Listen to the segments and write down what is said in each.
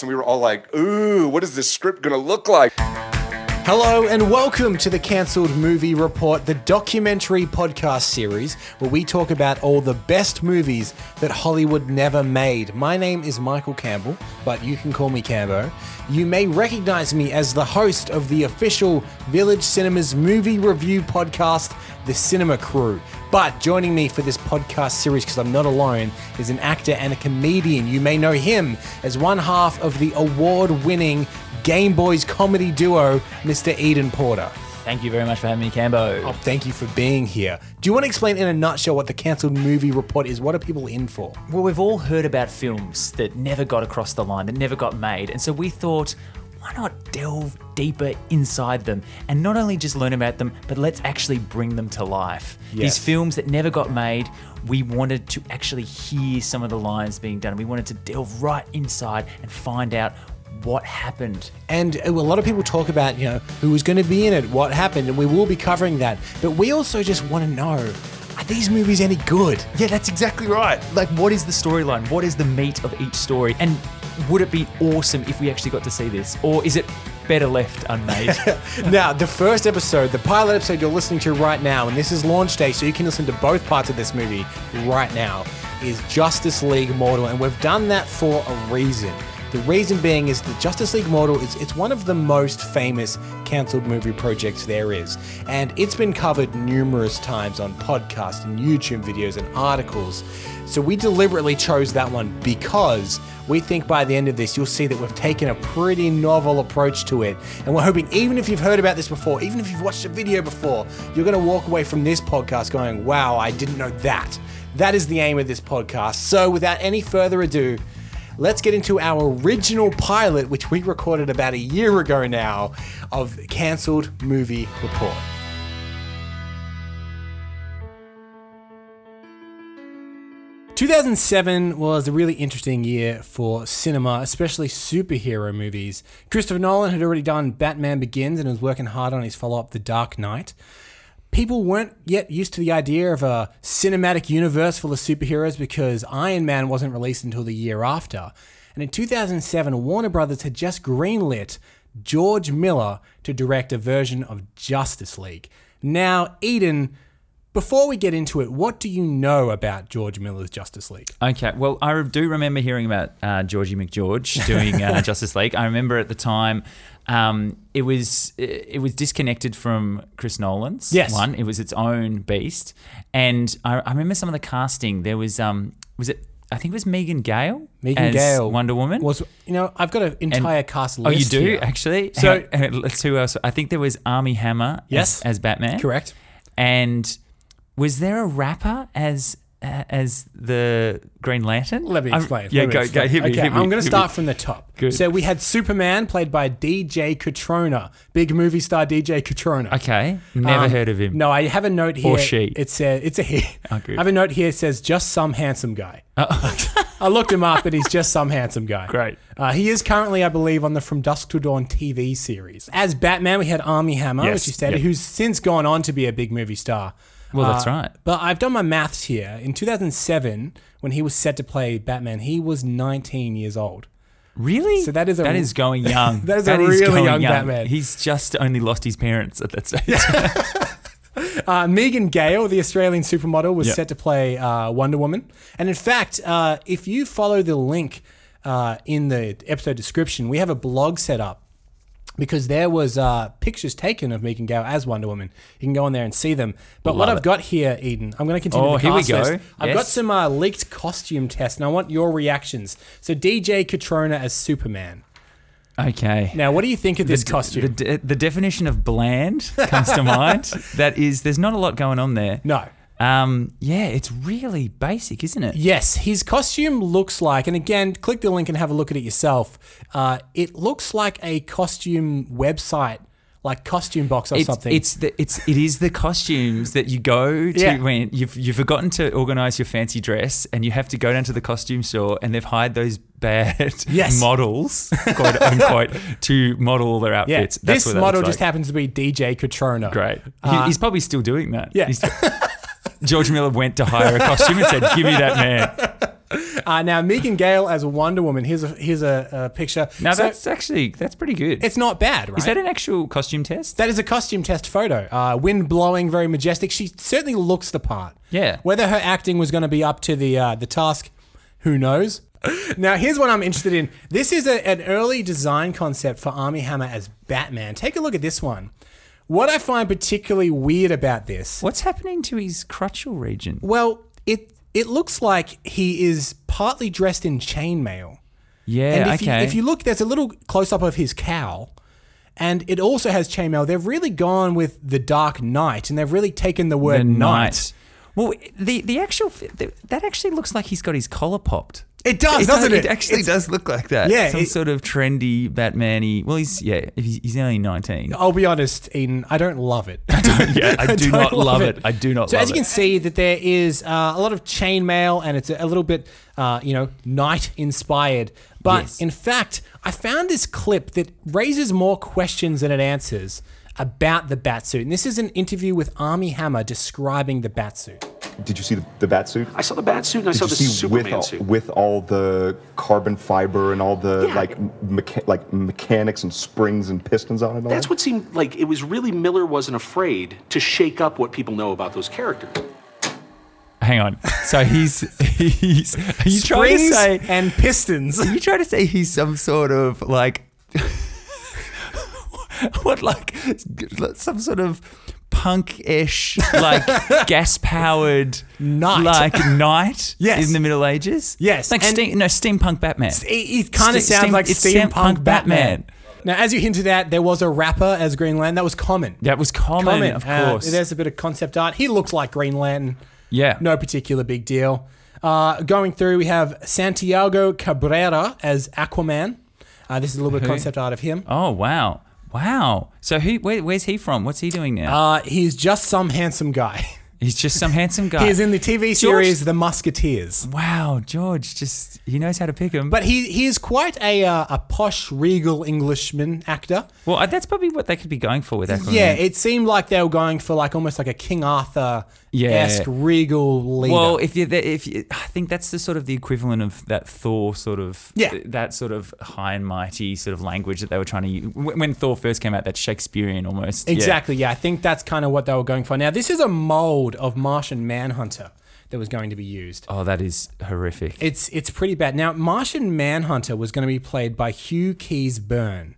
and we were all like, ooh, what is this script going to look like? Hello and welcome to the Cancelled Movie Report, the documentary podcast series where we talk about all the best movies that Hollywood never made. My name is Michael Campbell, but you can call me Cambo. You may recognize me as the host of the official Village Cinemas movie review podcast, The Cinema Crew. But joining me for this podcast series, because I'm not alone, is an actor and a comedian. You may know him as one half of the award winning Game Boys comedy duo, Mr. Eden Porter. Thank you very much for having me, Cambo. Oh, thank you for being here. Do you want to explain in a nutshell what the cancelled movie report is? What are people in for? Well, we've all heard about films that never got across the line, that never got made. And so we thought, why not delve deeper inside them and not only just learn about them, but let's actually bring them to life? Yes. These films that never got made, we wanted to actually hear some of the lines being done. We wanted to delve right inside and find out what happened. And a lot of people talk about, you know, who was going to be in it, what happened, and we will be covering that. But we also just want to know are these movies any good? Yeah, that's exactly right. Like, what is the storyline? What is the meat of each story? And would it be awesome if we actually got to see this? Or is it better left unmade? now, the first episode, the pilot episode you're listening to right now, and this is launch day, so you can listen to both parts of this movie right now, is Justice League Mortal, and we've done that for a reason. The reason being is that Justice League Mortal is it's one of the most famous cancelled movie projects there is, and it's been covered numerous times on podcasts and YouTube videos and articles. So we deliberately chose that one because we think by the end of this, you'll see that we've taken a pretty novel approach to it. And we're hoping, even if you've heard about this before, even if you've watched a video before, you're going to walk away from this podcast going, wow, I didn't know that. That is the aim of this podcast. So without any further ado, let's get into our original pilot, which we recorded about a year ago now, of Cancelled Movie Report. Two thousand seven was a really interesting year for cinema, especially superhero movies. Christopher Nolan had already done Batman Begins and was working hard on his follow up The Dark Knight people weren't yet used to the idea of a cinematic universe full of superheroes because Iron Man wasn't released until the year after. And in 2007, Warner Brothers had just greenlit George Miller to direct a version of Justice League. Now, Eden, before we get into it, what do you know about George Miller's Justice League? Okay, well, I do remember hearing about uh, Georgie McGeorge doing uh, Justice League. I remember at the time, um, it was it was disconnected from Chris Nolan's Yes. one. It was its own beast, and I, I remember some of the casting. There was um, was it I think it was Megan Gale Megan as Gale Wonder Woman. Was you know I've got an entire cast oh, list. you do here. actually. So- Hang on, let's see who else. I think there was Army Hammer. Yes. as, as Batman. correct? And was there a rapper as uh, as the Green Lantern? Let me I'm- explain. yeah, Let me go explain. go. Hit me, okay, hit me, I'm going hit to me. start from the top. Good. So we had Superman played by DJ Catrona, big movie star DJ Catrona. Okay, never Um, heard of him. No, I have a note here. Or she. It says it's a he. Oh, good. I have a note here. It says just some handsome guy. Oh, I looked him up, and he's just some handsome guy. Great. Uh, he is currently, I believe, on the From Dusk to Dawn TV series. As Batman, we had Army Hammer, Yes, which you stated, yep. who's since gone on to be a big movie star. Well, uh, that's right. But I've done my maths here. In 2007, when he was set to play Batman, he was 19 years old. really? So that is a- that is going young. That is a really going young Batman. He's just only lost his parents at that stage. Uh, Megan Gale, the Australian supermodel, was Yeah. set to play uh, Wonder Woman. And in fact, uh, if you follow the link uh, in the episode description, we have a blog set up because there was uh, pictures taken of Megan Gale as Wonder Woman. You can go on there and see them. But what Love I've it. got here, Eden, I'm going to continue. Oh, the here we cast go. list. I've got Yes. some uh, leaked costume tests, and I want your reactions. So DJ Catrona as Superman. Okay. Now, what do you think of this costume? The, de- the definition of bland comes to mind. That is, there's not a lot going on there. no. Um. Yeah, it's really basic, isn't it? Yes, his costume looks like, and again, click the link and have a look at it yourself. Uh, it looks like a costume website, like costume box or it's, something. It's the it's it is the costumes that you go to Yeah. when you've you've forgotten to organise your fancy dress and you have to go down to the costume store and they've hired those bad Yes. models, quote unquote, to model all their yeah, outfits. That's this what that model looks just happens to be DJ Catrona. like. great. He- he's probably still doing that. yeah. He's- George Miller went to hire a costume and said, "Give me that man." Uh, now, Megan Gale as Wonder Woman. Here's a here's a, a picture. Now So, that's actually that's pretty good. it's not bad, right? Is that an actual costume test? That is a costume test photo. Uh, wind blowing, very majestic. She certainly looks the part. Yeah. Whether her acting was going to be up to the uh, the task, who knows? now, here's what I'm interested in. This is a, an early design concept for Army Hammer as Batman. Take a look at this one. What I find particularly weird about this, What's happening to his crutchal region? well, it it looks like he is partly dressed in chainmail. Yeah, And if, okay. you, if you look, there's a little close up of his cowl, and it also has chainmail. They've really gone with the Dark Knight, and they've really taken the word the knight. night. Well, the the actual the, that actually looks like he's got his collar popped. It does, does- doesn't it? actually It's- does look like that. Yeah, some it- sort of trendy Batman-y. Well, he's yeah, he's, he's only nineteen. I'll be honest, Eden, I don't love it. yeah, I do Oh, don't not love it. I do not So love as you can it. see, that there is uh, a lot of chainmail, and it's a, a little bit, uh, you know, knight inspired. But Yes. in fact, I found this clip that raises more questions than it answers about the Batsuit. And this is an interview with Army Hammer describing the Batsuit. Did you see the, the bat suit? I saw the bat suit and I Did saw you the see Superman with all, suit. with all the carbon fiber and all the Yeah. like mecha- like mechanics and springs and pistons on it? and All That's that? what seemed like it was really Miller wasn't afraid to shake up what people know about those characters. Hang on. So he's he's are you trying to Springs say and pistons. Are you trying to say he's some sort of like what like some sort of punk-ish like gas-powered Knight. like knight Yes. in the Middle Ages? Yes, like and- steam, no steampunk Batman. It, it kind of Ste- sounds steam- like it's steampunk, steampunk Batman. Batman. Now, as you hinted at, there was a rapper as Green Lantern. That was common. that was common, Common, of uh, course. there's a bit of concept art. He looks like Green Lantern. yeah, No particular big deal. Uh, going through, we have Santiago Cabrera as Aquaman. Uh, this is a little bit of concept art of him. Oh wow, wow. So who? Where, where's he from? What's he doing now? Uh, he's just some handsome guy. he's just some handsome guy. He is in the TV series The Musketeers. Wow, George, just he knows how to pick him. But he, he is quite a, uh, a posh, regal Englishman actor. well, uh, that's probably what they could be going for with Aquaman. Yeah, it seemed like they were going for like almost like a King Arthur esque Yeah. regal leader. Well, if you if you, I think that's the sort of the equivalent of that Thor sort of Yeah. that sort of high and mighty sort of language that they were trying to use when when Thor first came out. That Shakespearean almost Yeah. exactly. Yeah. I think that's kind of what they were going for. Now, this is a mold of Martian Manhunter that was going to be used. Oh, that is horrific. It's it's pretty bad. Now, Martian Manhunter was going to be played by Hugh Keys Byrne,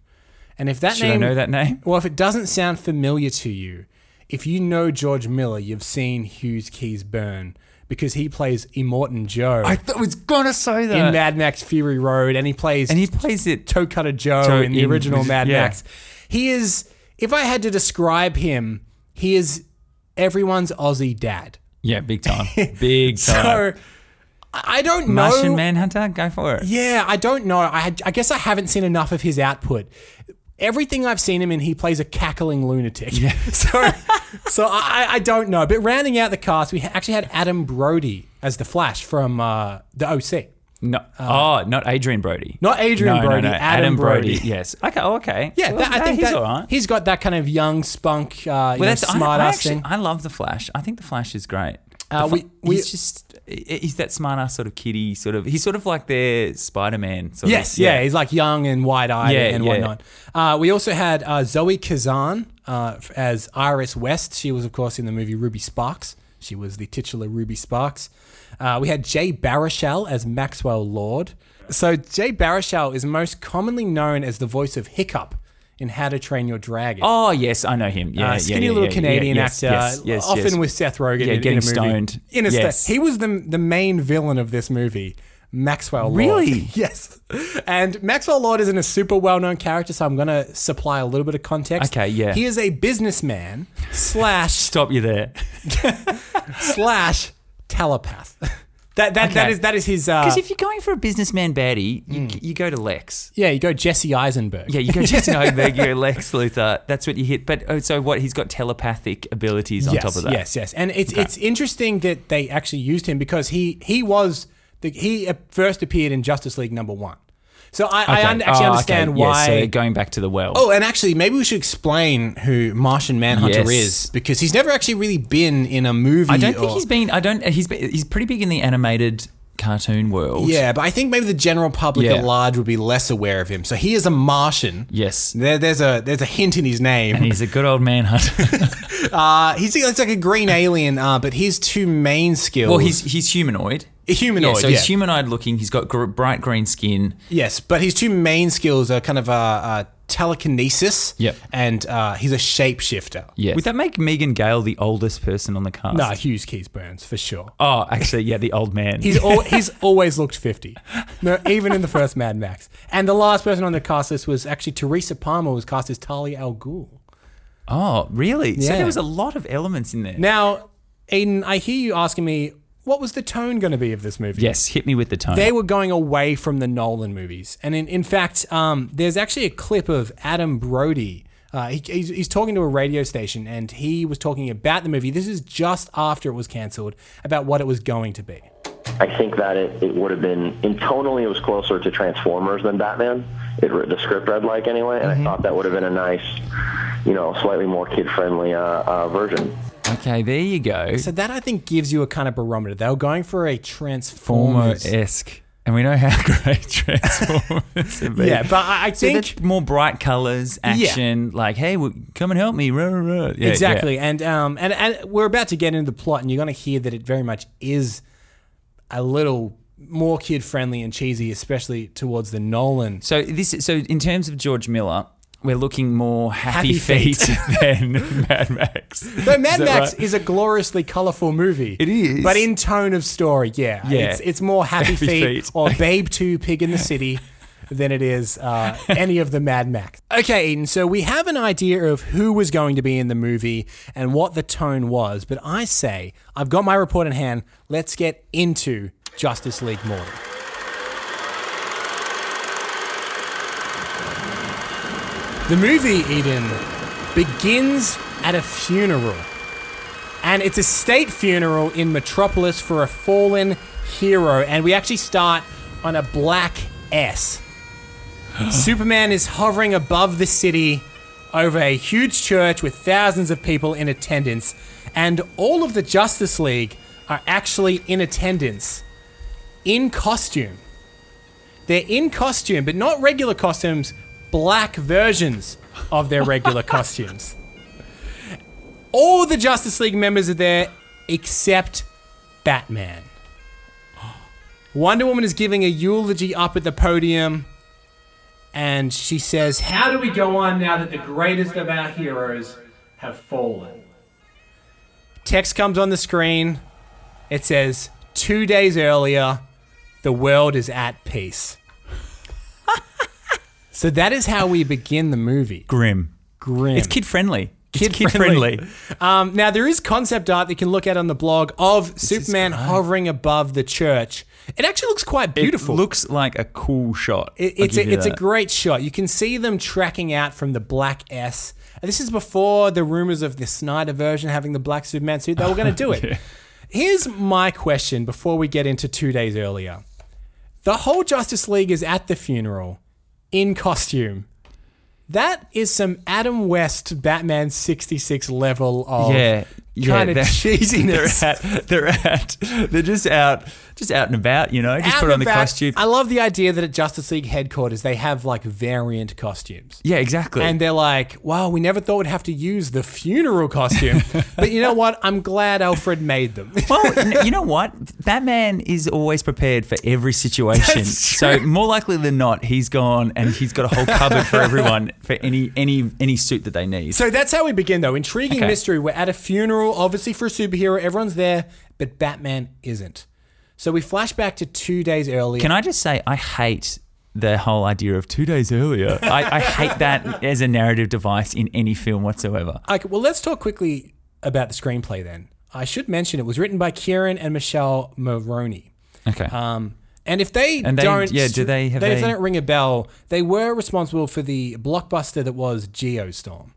and if that Should I name, know that name? Well, if it doesn't sound familiar to you, if you know George Miller, you've seen Hugh Keys Byrne because he plays Immortan Joe th- was gonna say that. in Mad Max Fury Road, and he plays and he plays it. Toe Cutter Joe Toe in the in- original Mad yeah. Max. He is, if I had to describe him, he is everyone's Aussie dad. yeah, big time, big time. So I I don't know. Martian Manhunter, go for it. Yeah, I don't know. I, I guess I haven't seen enough of his output. Everything I've seen him in, he plays a cackling lunatic. so, so I, I don't know. But rounding out the cast, we actually had Adam Brody as the Flash from uh, the OC. No, oh, not Adrian Brody. Not Adrian No, no, Brody, no, Adam Brody. Yes. Okay. oh, okay. Yeah, Well, that, I no, think he's that- all right. he's got that kind of young spunk, uh, you Well, know, that's smart I, I ass actually, thing. I love the Flash. I think the Flash is great. Uh, The Fla- we- we- he's just he's that smart ass sort of kitty sort of. He's sort of like their Spider Man. Sort Yes, of, yeah. he's like young and wide eyed Yeah, and yeah. whatnot. Uh, we also had uh, Zoe Kazan uh, f- as Iris West. She was, of course, in the movie Ruby Sparks. She was the titular Ruby Sparks. Uh, we had Jay Baruchel as Maxwell Lord. So Jay Baruchel is most commonly known as the voice of Hiccup in How to Train Your Dragon. Oh yes, I know him. Yeah, Uh, yeah, skinny yeah, little yeah, Canadian yeah, actor, Yes, yes, often yes. with Seth Rogen. Yeah, in, getting in a movie. stoned. In a sta- Yes. he was the the main villain of this movie, Maxwell Lord. Really? yes. And Maxwell Lord isn't a super well known character, so I'm going to supply a little bit of context. Okay, yeah. He is a businessman slash Stop you there, slash telepath. That that, that Okay. is that is his. Uh, Hmm. because if you're going for a businessman baddie, you, you go to Lex. yeah, you go Jesse Eisenberg. Yeah, you go Jesse Eisenberg, you go Lex Luthor. That's what you hit. But oh, so what? He's got telepathic abilities on yes, top of that. Yes, yes, and it's it's interesting that they actually used him because he he was the, he uh, first appeared in Justice League number one. So I, I Okay. un- actually Oh, understand okay. why. Yes, so they're going back to the well. Oh, and actually, maybe we should explain who Martian Manhunter Yes. is because he's never actually really been in a movie. I don't think or- he's been. I don't. He's been, he's pretty big in the animated cartoon world. Yeah, but I think maybe the general public Yeah. at large would be less aware of him. So he is a Martian. Yes. There, there's a there's a hint in his name. And he's a good old man hunter. Uh, he's it's like a green alien, uh, but his two main skills. well, he's he's humanoid. A humanoid, Yeah, so yeah. he's humanoid looking. He's got gr- bright green skin. yes, but his two main skills are kind of uh, uh, telekinesis. Yep. and uh, he's a shapeshifter. Yeah. Would that make Megan Gale the oldest person on the cast? No, Hughes Keys Burns for sure. Oh, actually, yeah, the old man. He's al- he's always looked fifty, no, even in the first Mad Max. And the last person on the cast list was actually Teresa Palmer was cast as Talia al Ghul. oh, really? So Yeah. there was a lot of elements in there. Now, Aiden, I hear you asking me what was the tone going to be of this movie. yes, hit me with the tone. They were going away from the Nolan movies. And in, in fact, um, there's actually a clip of Adam Brody. Uh, he, he's, he's talking to a radio station and he was talking about the movie. This is just after it was cancelled, about what it was going to be. I think that it, it would have been in tonally it was closer to Transformers than Batman. It re- the script read like anyway, and I thought that would have been a nice, you know, slightly more kid-friendly uh, uh, version. okay, there you go. So that, I think, gives you a kind of barometer. They were going for a Former Transformers. esque. And we know how great Transformers have been. Yeah, but I, I So think. that's more bright colors, action, like, hey, w come and help me. Rah, rah, rah. Yeah, exactly. yeah. And um and, and we're about to get into the plot, and you're going to hear that it very much is a little more kid friendly and cheesy, especially towards the Nolan. So this, so in terms of George Miller, we're looking more happy, Happy feet. feet, than Mad Max. Though Mad that Max right? is a gloriously colourful movie. It is. But in tone of story, yeah. Yeah. It's, it's more Happy, Happy Feet, Feet. or Babe 2 Pig in the City than it is uh, any of the Mad Max. Okay, Eden, so we have an idea of who was going to be in the movie and what the tone was, but I say, I've got my report in hand. Let's get into Justice League Mortal. The movie, Eden, begins at a funeral. And it's a state funeral in Metropolis for a fallen hero. And we actually start on a black S. Superman is hovering above the city over a huge church with thousands of people in attendance. And all of the Justice League are actually in attendance in costume. They're in costume, but not regular costumes, black versions of their regular costumes. All the Justice League members are there except Batman. Wonder Woman is giving a eulogy up at the podium, and she says, How do we go on now that the greatest of our heroes have fallen? Text comes on the screen. It says, Two days earlier, the world is at peace. so that is how we begin the movie. grim. Grim. It's kid friendly. Kid it's kid friendly. friendly. Um, now there is concept art that you can look at on the blog of Superman great. hovering above the church. It actually looks quite beautiful. It looks like a cool shot. It- I'll it's give a, you it's a that. great shot. You can see them tracking out from the black S. And This is before the rumors of the Snyder version having the black Superman suit. They were going to do it. Here's my question before we get into two days earlier. The whole Justice League is at the funeral in costume. That is some Adam West Batman 66 level of yeah. Yeah, kind of they're- cheesiness. They're at, they're at, they're just out, just out and about, you know, just Out put and on the about. costume. I love the idea that at Justice League headquarters they have like variant costumes. yeah, exactly. And they're like, wow, we never thought we'd have to use the funeral costume. but you know what? I'm glad Alfred made them. well, n- you know what? Batman is always prepared for every situation. That's So more likely than not, he's gone and he's got a whole cupboard for everyone for any any any suit that they need. so that's how we begin, though. Intriguing Okay. mystery. We're at a funeral, obviously for a superhero. Everyone's there, but Batman isn't. So we flash back to two days earlier. Can I just say I hate the whole idea of two days earlier. I, I hate that as a narrative device in any film whatsoever. Okay, well, let's talk quickly about the screenplay then. I should mention it was written by Kieran and Michelle Maroney. Okay. Um, and if they, And they- don't, yeah, do they- have if they they- don't ring a bell, they were responsible for the blockbuster that was Geostorm.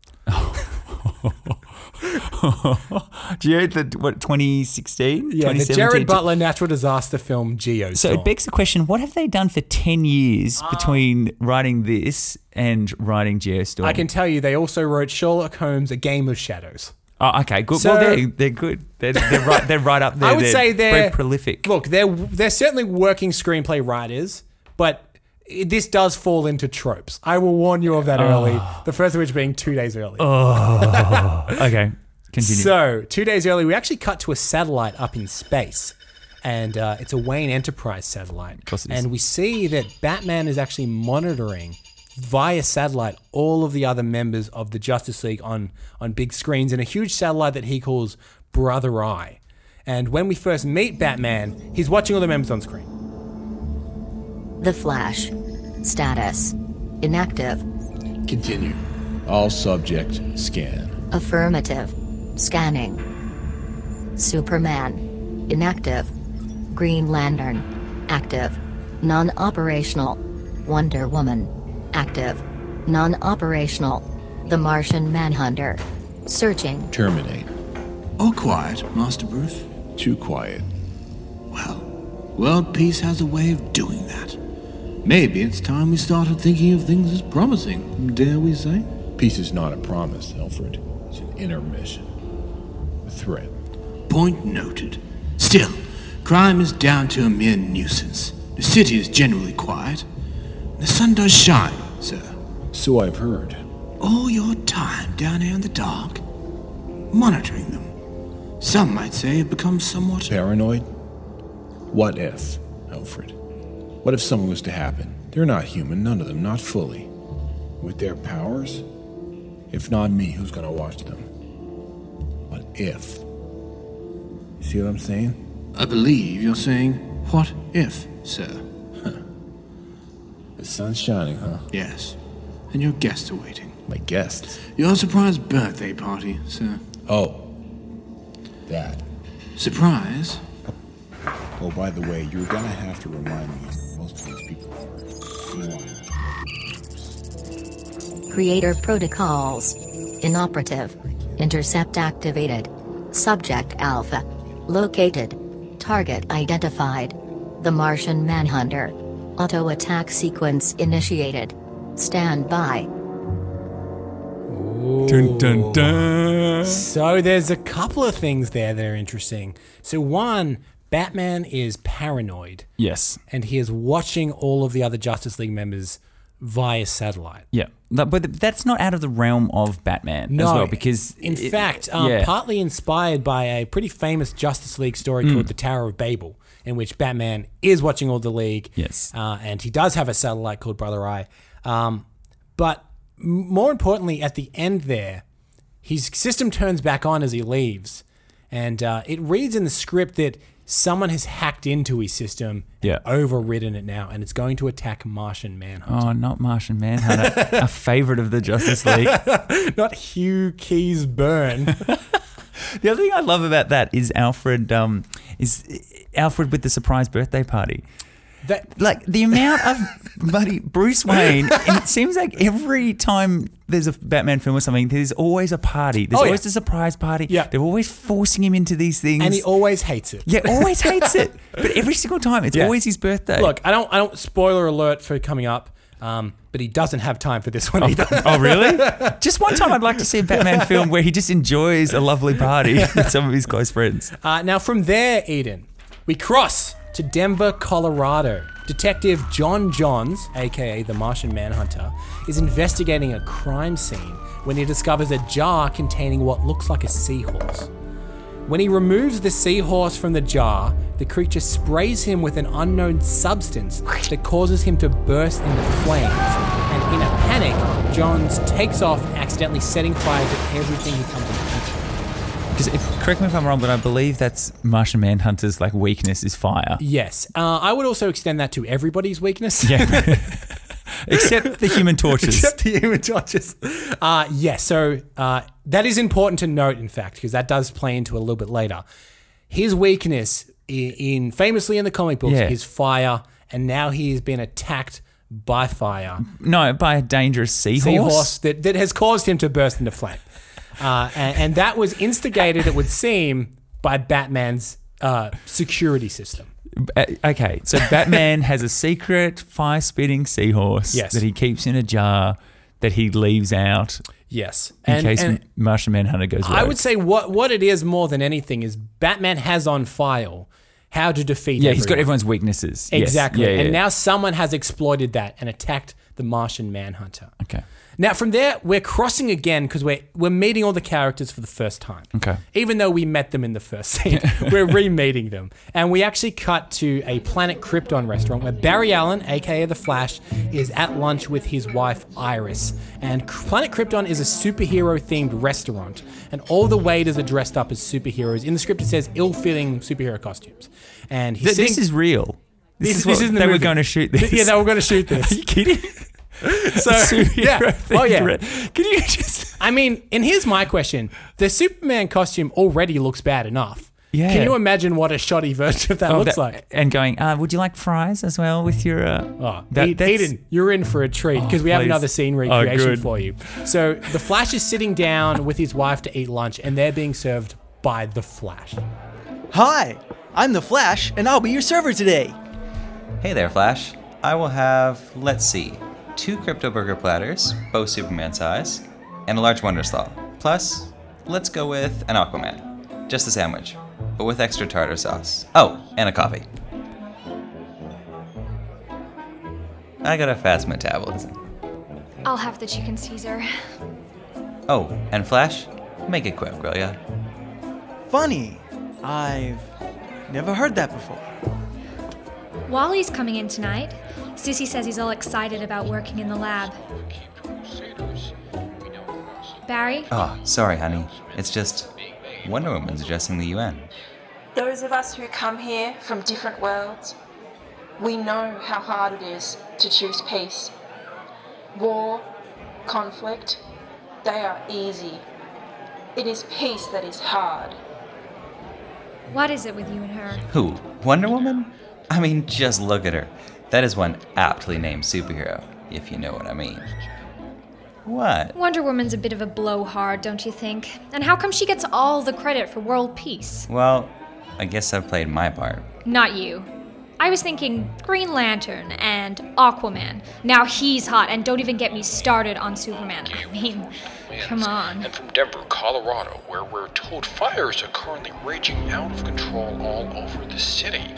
Do you know the what 2016? Yeah, the Jared Butler natural disaster film Geostorm. So it begs the question: What have they done for ten years Ah. between writing this and writing Geostorm? I can tell you, they also wrote Sherlock Holmes: A Game of Shadows. Oh, okay. Good. So- well, they're, they're good. They're, they're right. They're right up there. I would say they're very prolific. Look, they're they're certainly working screenplay writers, but i- this does fall into tropes. I will warn you of that early. The first of which being two days early. Okay. Continue. So two days early, we actually cut to a satellite up in space, and uh, it's a Wayne Enterprise satellite. Of course it is. and we see that Batman is actually monitoring via satellite all of the other members of the Justice League on on big screens in a huge satellite that he calls Brother Eye. And when we first meet Batman, he's watching all the members on screen. The Flash. Status. Inactive. Continue. All subject scan. Affirmative. Scanning. Superman. Inactive. Green Lantern. Active. Non operational. Wonder Woman. Active. Non operational. The Martian Manhunter. Searching. Terminate. All quiet, Master Bruce. Too quiet. Well, world peace has a way of doing that. Maybe it's time we started thinking of things as promising, dare we say? Peace is not a promise, Alfred. It's an intermission. A threat. Point noted. Still, crime is down to a mere nuisance. The city is generally quiet. The sun does shine, sir. So I've heard. All your time down here in the dark, monitoring them. Some might say have become somewhat paranoid. What if, Alfred? What if something was to happen? They're not human, none of them, not fully. With their powers? If not me, who's gonna watch them? What if? You see what I'm saying? I believe you're saying, what if, sir? The sun's shining, huh? Yes. And your guests are waiting. My guests? Your surprise birthday party, sir. Oh. That. Surprise? Oh, by the way, you're gonna have to remind me. Most of these people are. Creator protocols. Inoperative. Intercept activated. Subject Alpha. Located. Target identified. The Martian Manhunter. Auto attack sequence initiated. Stand by. dun, dun, dun. So there's a couple of things there that are interesting. So one, Batman is paranoid. Yes. and he is watching all of the other Justice League members via satellite. Yeah. But but that's not out of the realm of Batman as well because in it- fact, um, yeah. partly inspired by a pretty famous Justice League story Mm. called The Tower of Babel, in which Batman is watching all the League. Yes. uh, and he does have a satellite called Brother Eye. Um, but m- more importantly, at the end there, his system turns back on as he leaves, and uh, it reads in the script that someone has hacked into his system, and Yeah. overridden it now, and it's going to attack Martian Manhunter. Oh, not Martian Manhunter, a favorite of the Justice League. not Hugh Keys Burn. The other thing I love about that is Alfred. Um, is uh, Alfred with the surprise birthday party? that Like the amount of buddy Bruce Wayne. And it seems like every time there's a Batman film or something, there's always a party. There's Oh, yeah. always a surprise party. Yeah. They're always forcing him into these things. and he always hates it. yeah, always hates it. But every single time, it's Yeah. always his birthday. Look, I don't I don't spoiler alert for coming up. Um, but he doesn't have time for this one either. Oh really? just one time, I'd like to see a Batman film where he just enjoys a lovely party with some of his close friends. Uh, now from there, Eden, we cross to Denver, Colorado. Detective John Johns, aka the Martian Manhunter, is investigating a crime scene when he discovers a jar containing what looks like a seahorse. When he removes the seahorse from the jar, the creature sprays him with an unknown substance that causes him to burst into flames. And in a panic, Johns takes off, accidentally setting fire to everything he comes in contact with. Because correct me if I'm wrong, but I believe that's Martian Manhunter's like weakness is fire. Yes. Uh, I would also extend that to everybody's weakness. Yeah. Except the human torches. Except the human torches. Uh, yes, so uh, that is important to note, in fact, because that does play into a little bit later. His weakness i- in famously in the comic books Yeah. is fire, and now he has been attacked by fire. no, by a dangerous seahorse. Seahorse that, that has caused him to burst into flame. Uh, and, and that was instigated, it would seem, by Batman's uh, security system. Uh, okay, so Batman has a secret fire spitting seahorse Yes. that he keeps in a jar that he leaves out Yes. in And, case and Martian Manhunter goes. I rogue. would say what, what it is more than anything is Batman has on file how to defeat Yeah, he's got everyone. everyone's weaknesses. Yes. Exactly. Yeah, yeah, And yeah. now someone has exploited that and attacked the Martian Manhunter. Okay. Now from there we're crossing again because we're we're meeting all the characters for the first time. Okay. Even though we met them in the first scene, we're re-meeting them, and we actually cut to a Planet Krypton restaurant where Barry Allen, aka the Flash, is at lunch with his wife Iris. And K- Planet Krypton is a superhero-themed restaurant, and all the waiters are dressed up as superheroes. In the script, it says ill-fitting superhero costumes, and he's Th- sitting- this is real. This, this, is what this is in the they were movie. going to shoot Th- this. Yeah, they were going to shoot Are this. you kidding? So, yeah. Superhero Oh, thing, yeah. right? Can you just? I mean, and here's my question: the Superman costume already looks bad enough. Yeah. Can you imagine what a shoddy version of that Oh, looks that- like? And going, uh, would you like fries as well with your? Uh, Oh, that- Ed- that's- Eden, you're in for a treat because we have please. another scene Oh, recreation good. for you. So the Flash is sitting down with his wife to eat lunch, and they're being served by the Flash. Hi, I'm the Flash, and I'll be your server today. Hey there, Flash. I will have, let's see, two crypto burger platters, both Superman size, and a large Wonder Slaw. Plus, let's go with an Aquaman. Just a sandwich, but with extra tartar sauce. Oh, and a coffee. I got a fast metabolism. I'll have the chicken Caesar. Oh, and Flash, make it quick, will ya? Funny, I've never heard that before. Wally's coming in tonight. Sissy says he's all excited about working in the lab. Barry, Oh, sorry, honey. It's just Wonder Woman's addressing the UN. Those of us who come here from different worlds, we know how hard it is to choose peace. War, conflict, they are easy. It is peace that is hard. what is it with you and her? Who? Wonder Woman? I mean, just look at her. That is one aptly named superhero, if you know what I mean. What? Wonder Woman's a bit of a blowhard, don't you think? And how come she gets all the credit for world peace? Well, I guess I've played my part. Not you. I was thinking Green Lantern and Aquaman. Now he's hot, and don't even get me started on Superman. I mean, come on. And from Denver, Colorado, where we're told fires are currently raging out of control all over the city.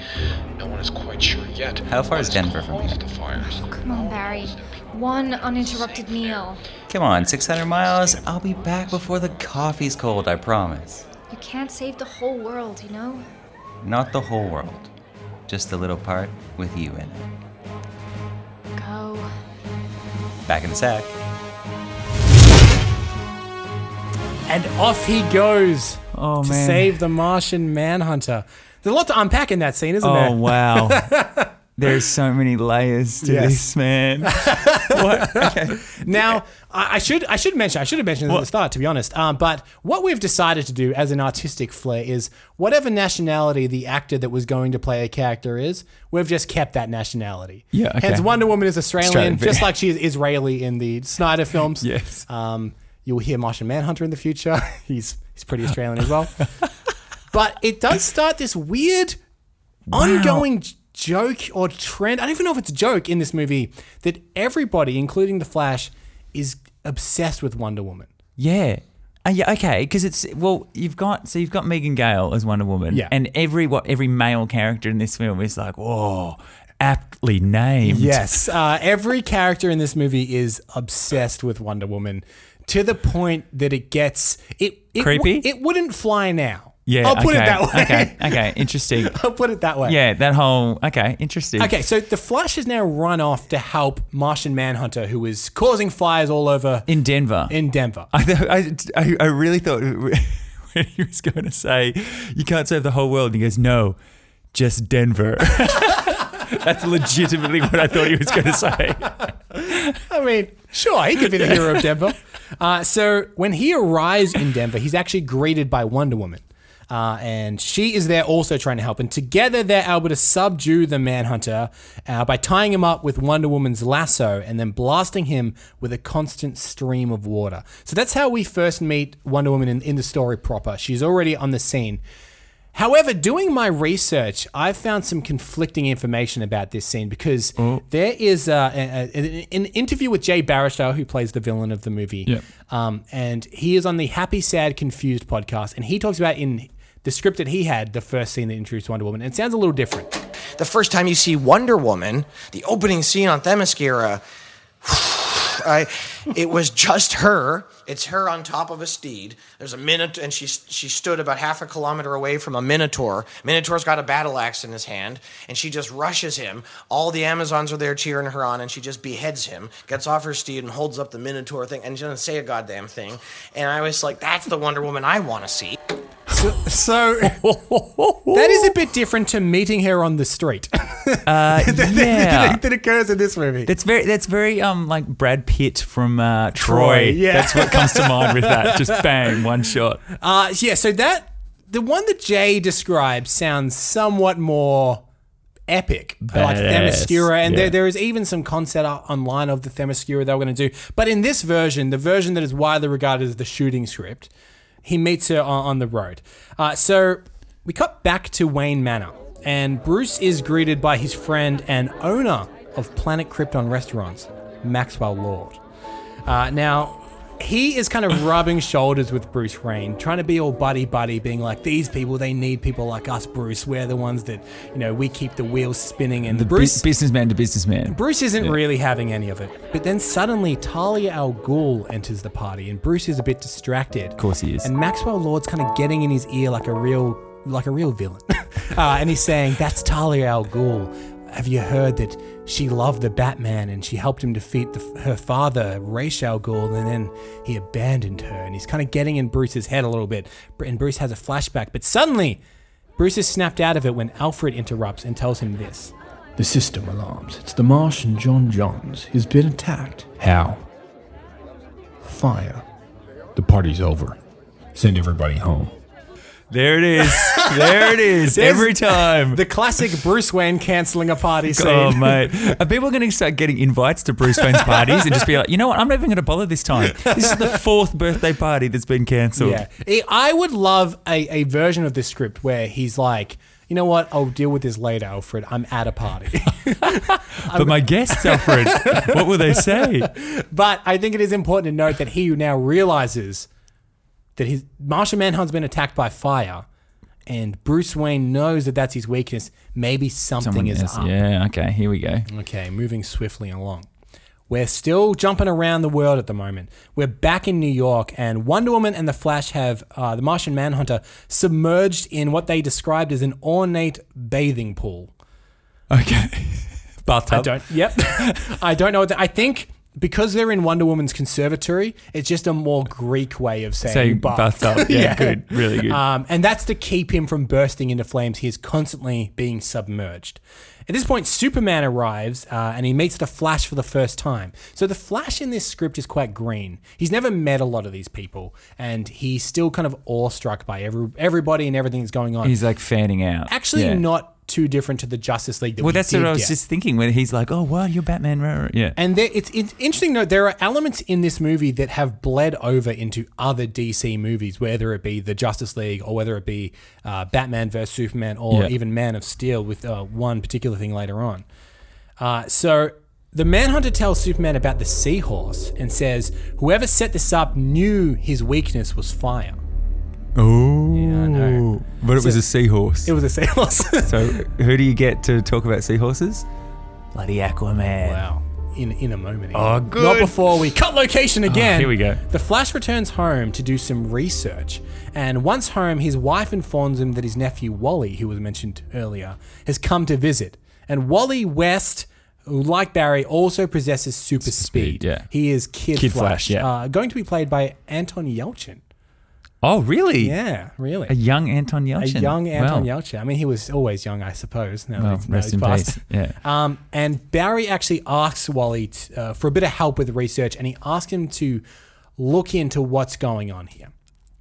No one is quite sure yet. How far is Denver from here? Come on, Barry. One uninterrupted meal. Come on, 600 miles? I'll be back before the coffee's cold, I promise. You can't save the whole world, you know? Not the whole world, just the little part with you in it. Go. Back in sack. And off he goes Oh, to man. save the Martian Manhunter. There's a lot to unpack in that scene, isn't there? Oh wow. There's so many layers to Yes. this, man. Now, I I should I should mention I should have mentioned this at the start, to be honest. Um, but what we've decided to do as an artistic flair is whatever nationality the actor that was going to play a character is, we've just kept that nationality. Yeah, okay. Hence, Wonder Woman is Australian, Australian, just yeah. like she is Israeli in the Snyder films. Yes. Um, you'll hear Martian Manhunter in the future. he's he's pretty Australian as well. but it does start this weird ongoing j- joke or trend. I don't even know if it's a joke in this movie that everybody, including the Flash, is obsessed with Wonder Woman. Yeah. Uh, yeah, okay, because it's well, you've got so you've got Megan Gale as Wonder Woman, Yeah. and every what every male character in this film is like, whoa, aptly named, Yes, uh, every character in this movie is obsessed with Wonder Woman to the point that it gets it, it w- Creepy? It wouldn't fly now. yeah, I'll put it okay, that way. okay, okay, interesting, I'll put it that way. yeah, that whole okay, interesting, Okay, so the Flash has now run off to help Martian Manhunter, who is causing fires all over in Denver, in Denver. I, I, I really thought when he was going to say, you can't save the whole world. And he goes, no, just Denver. That's legitimately what I thought he was going to say. I mean, sure, he could be the hero of Denver. Uh, so when he arrives in Denver, he's actually greeted by Wonder Woman. Uh, and she is there also trying to help. And together they're able to subdue the Manhunter uh, by tying him up with Wonder Woman's lasso and then blasting him with a constant stream of water. So that's how we first meet Wonder Woman in, in the story proper. She's already on the scene. However, doing my research, I found some conflicting information about this scene because there is uh, a- a- an interview with Jay Baruchel, who plays the villain of the movie. Yeah. Um, and he is on the Happy, Sad, Confused podcast. And he talks about in the script that he had, the first scene that introduced Wonder Woman. And it sounds a little different. The first time you see Wonder Woman, the opening scene on Themyscira, I, it was just her. It's her on top of a steed. There's a minute, and she she stood about half a kilometer away from a minotaur. Minotaur's got a battle axe in his hand, and she just rushes him. All the Amazons are there cheering her on, and she just beheads him. Gets off her steed and holds up the minotaur thing, and she doesn't say a goddamn thing. And I was like, that's the Wonder Woman I want to see. So, so that is a bit different to meeting her on the street. Uh, yeah. that occurs in this movie. That's very that's very um like Brad Pitt from uh, Troy. Troy, yeah. That's what comes to mind with that. Just bang, one shot. Uh, yeah, so that the one that Jay describes sounds somewhat more epic, like Badass, Themyscira, and yeah. there, there is even some concept art online of the Themyscira they were going to do. But in this version, the version that is widely regarded as the shooting script, he meets her on, on the road. Uh, so we cut back to Wayne Manor, and Bruce is greeted by his friend and owner of Planet Krypton Restaurants, Maxwell Lord. Uh, now, he is kind of rubbing shoulders with Bruce Wayne, trying to be all buddy buddy, being like, these people, they need people like us, Bruce. We're the ones that, you know, we keep the wheels spinning. And The Bruce Bruce, businessman to businessman. Bruce isn't Yeah. really having any of it. But then suddenly Talia al Ghul enters the party and Bruce is a bit distracted. Of course he is. And Maxwell Lord's kind of getting in his ear like a real like a real villain. uh, and he's saying, That's Talia al Ghul. Have you heard that she loved the Batman and she helped him defeat the, her father, Ra's al Ghul, and then he abandoned her? And he's kind of getting in Bruce's head a little bit. And Bruce has a flashback, but suddenly Bruce is snapped out of it when Alfred interrupts and tells him this. The system alarms. It's the Martian John Johns. He's been attacked. How? Fire. The party's over. Send everybody home. There it is. There it is. There's Every time. The classic Bruce Wayne canceling a party scene. Oh mate, are people going to start getting invites to Bruce Wayne's parties and just be like, you know what? I'm not even going to bother this time. This is the fourth birthday party that's been cancelled. Yeah. I- I would love a, a version of this script where he's like, you know what? I'll deal with this later, Alfred. I'm at a party. But my guests, Alfred, what will they say? but I think it is important to note that he now realizes that his Martian Manhunt's been attacked by fire, and Bruce Wayne knows that that's his weakness. Maybe something Someone is else- up. Yeah. Okay. Here we go. Okay, moving swiftly along. We're still jumping around the world at the moment. We're back in New York, and Wonder Woman and the Flash have uh, the Martian Manhunter submerged in what they described as an ornate bathing pool. Bathtub. I don't. Yep. I don't know. what the- I think because they're in Wonder Woman's conservatory, it's just a more Greek way of saying Saying bath. bathtub. Yeah, good. Really good. Um, and that's to keep him from bursting into flames. He is constantly being submerged. At this point, Superman arrives uh, and he meets the Flash for the first time. So the Flash in this script is quite green. He's never met a lot of these people, and he's still kind of awestruck by every everybody and everything that's going on. He's like fanning out. actually Yeah. not too different to the Justice League. That Well, we that's what did I was get. just thinking when he's like, "Oh, wow, you're Batman." rah, rah." Yeah. And there, it's, it's interesting though. There are elements in this movie that have bled over into other DC movies, whether it be the Justice League or whether it be uh, Batman vs Superman or Yeah. even Man of Steel with uh, one particular thing later on. Uh, so the Manhunter tells Superman about the seahorse and says, "Whoever set this up knew his weakness was fire." Oh. know. But it was So- a seahorse. It was a seahorse. so who do you get to talk about seahorses? Bloody Aquaman. Wow. In in a moment. Oh, Ian. Not good. Oh, before we cut location again. here we go. The Flash returns home to do some research, and once home, his wife informs him that his nephew Wally, who was mentioned earlier, has come to visit. And Wally West, who, like Barry, also possesses super speed. yeah. He is Kid, Kid Flash, Flash, yeah. uh, going to be played by Anton Yelchin. Oh, really? Yeah, really. A young Anton A Yelchin. young Anton wow. Yelchin. I mean, he was always young, I suppose. No, Well, it's, rest in peace. Yeah. Um, and Barry actually asks Wally t- uh, for a bit of help with research, and he asks him to look into what's going on here.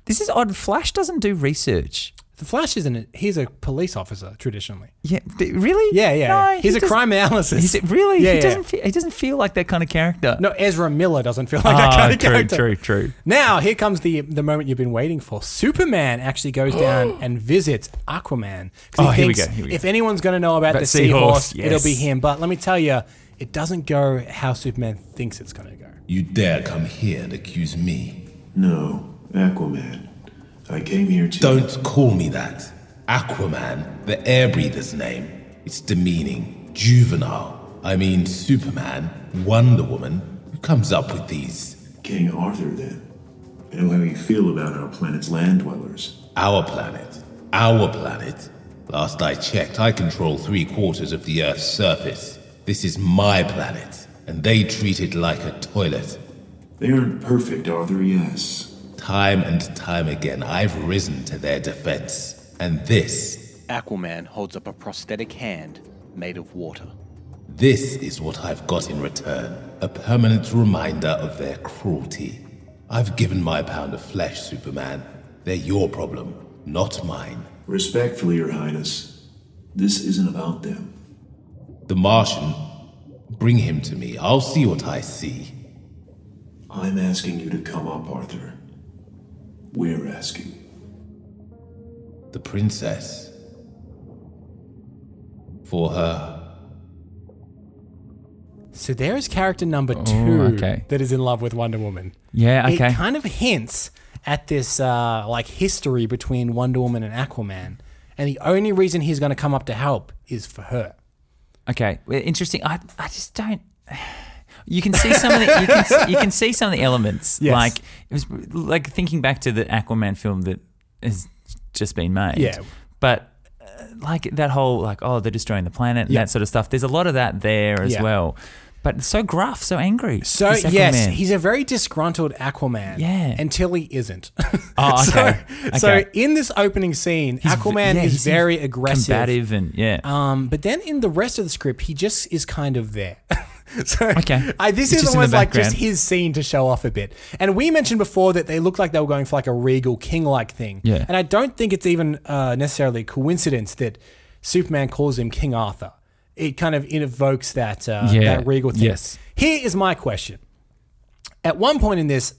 This is odd. Flash doesn't do research. The Flash isn't. A, he's a police officer traditionally. Yeah, really? Yeah, yeah. No, he's he a doesn't- crime analyst. He's- really? Yeah, He yeah. doesn't fe- he doesn't feel like that kind of character. No, Ezra Miller doesn't feel like that Ah, kind of true, character. true, true. Now here comes the the moment you've been waiting for. Superman actually goes down and visits Aquaman. 'Cause Oh, here we thinks go, here we go. If anyone's going to know about That the seahorse, seahorse, it'll be yes. him. But let me tell you, it doesn't go how Superman thinks it's going to go. You dare come here and accuse me? No, Aquaman. I came here to. Don't call me that. Aquaman, the air breather's name. It's demeaning, juvenile. I mean, Superman, Wonder Woman. Who comes up with these? King Arthur, then. I know how you feel about our planet's land dwellers. Our planet. Our planet. Last I checked, I control three quarters of the Earth's surface. This is my planet, and they treat it like a toilet. They aren't perfect, Arthur, yes. Time and time again, I've risen to their defense. And this, Aquaman holds up a prosthetic hand made of water. this is what I've got in return a permanent reminder of their cruelty. I've given my pound of flesh, Superman. They're your problem, not mine. Respectfully, Your Highness, this isn't about them. The Martian, bring him to me. I'll see what I see. I'm asking you to come up, Arthur. We're asking. The princess. For her. So there is character number Oh, two okay. that is in love with Wonder Woman. Yeah, okay. It kind of hints at this uh, like history between Wonder Woman and Aquaman, and the only reason he's going to come up to help is for her. Okay, well, interesting. I, I just don't. You can see some of the you can see, you can see some of the elements. Yes. Like it was like thinking back to the Aquaman film that has just been made. Yeah. But uh, like that whole like oh they're destroying the planet and Yeah. that sort of stuff. There's a lot of that there as Yeah. well. But so gruff, so angry. So this yes, Aquaman. he's a very disgruntled Aquaman. Yeah, until he isn't. Oh, okay. So, so Okay. in this opening scene, Aquaman yeah, he is seems very aggressive, combative and- yeah. Um, but then in the rest of the script, he just is kind of there. so Okay. I, this It's just in is the almost like just background. his scene to show off a bit. And we mentioned before that they looked like they were going for like a regal king-like thing. Yeah. And I don't think it's even uh, necessarily coincidence that Superman calls him King Arthur. It kind of invokes that uh, Yeah, that regal thing. yes. Here is my question. At one point in this,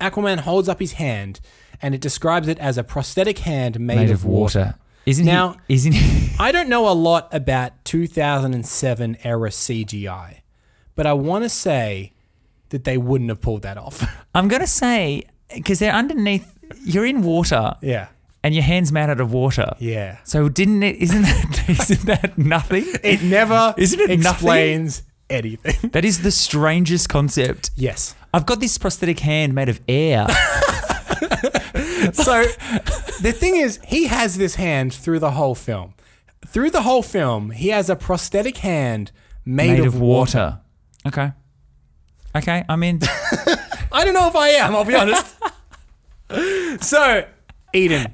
Aquaman holds up his hand and it describes it as a prosthetic hand made, Made of water. Isn't he- now, Isn't he? I don't know a lot about 2007 era CGI, but I want to say that they wouldn't have pulled that off. I'm gonna say because they're underneath. You're in water. Yeah. And your hands made out of water. Yeah. So didn't it? Isn't that? Isn't that nothing? It never Isn't it nothing? explains anything. That is the strangest concept. Yes. I've got this prosthetic hand made of air. so the thing is, he has this hand through the whole film. Through the whole film, he has a prosthetic hand made, Made of of water. okay. Okay. I'm in. I don't know if I am, I'll be honest. so, Eden,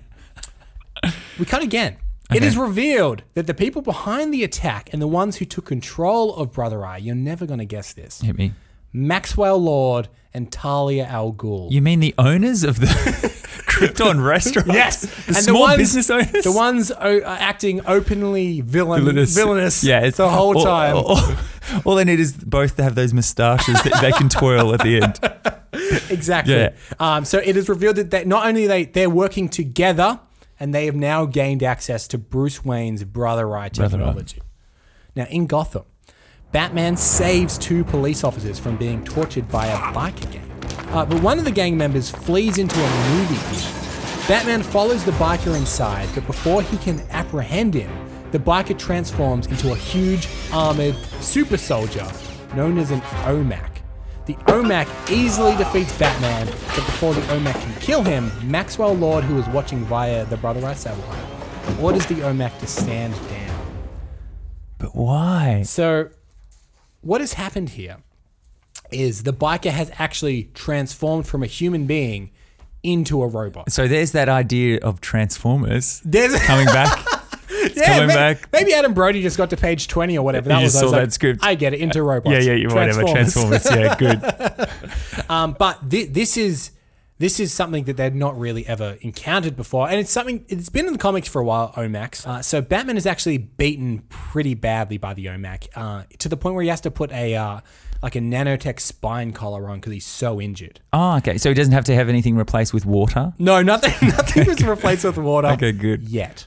we cut again. It Okay. is revealed that the people behind the attack and the ones who took control of Brother Eye, you're never going to guess this. Hit me. Maxwell Lord and Talia Al Ghul. You mean the owners of the Krypton restaurant? Yes, The small ones, business owners. the ones o- uh, acting openly villain, villainous, Yeah, it's- the whole all- time. All, all they need is both to have those moustaches that they can twirl at the end. exactly. Yeah. Um, so it is revealed that they, not only they they're working together, and they have now gained access to Bruce Wayne's brother eye Brother Eye. technology. Now in Gotham, Batman saves two police officers from being tortured by a biker gang, uh, but one of the gang members flees into a movie theater. Batman follows the biker inside, but before he can apprehend him, the biker transforms into a huge armored super soldier known as an OMAC. The OMAC easily defeats Batman, but before the OMAC can kill him, Maxwell Lord, who is watching via the Brother Eye satellite, orders the OMAC to stand down. But why? So, what has happened here is the biker has actually transformed from a human being into a robot. So there's that idea of Transformers There's- coming back. It's coming may- back. Maybe Adam Brody just got to page twenty or whatever. You That just was, I was saw like, that script. I get it into Uh, robots. yeah, yeah, whatever, Transformers, yeah, um, but thi- this is This is something that they'd not really ever encountered before, and it's something it's been in the comics for a while. Omax, uh, so Batman is actually beaten pretty badly by the Omac uh, to the point where he has to put a uh, like a nanotech spine collar on because he's so injured. Oh, okay. So he doesn't have to have anything replaced with water? No, nothing. Nothing was replaced with water. Okay, good. Yet,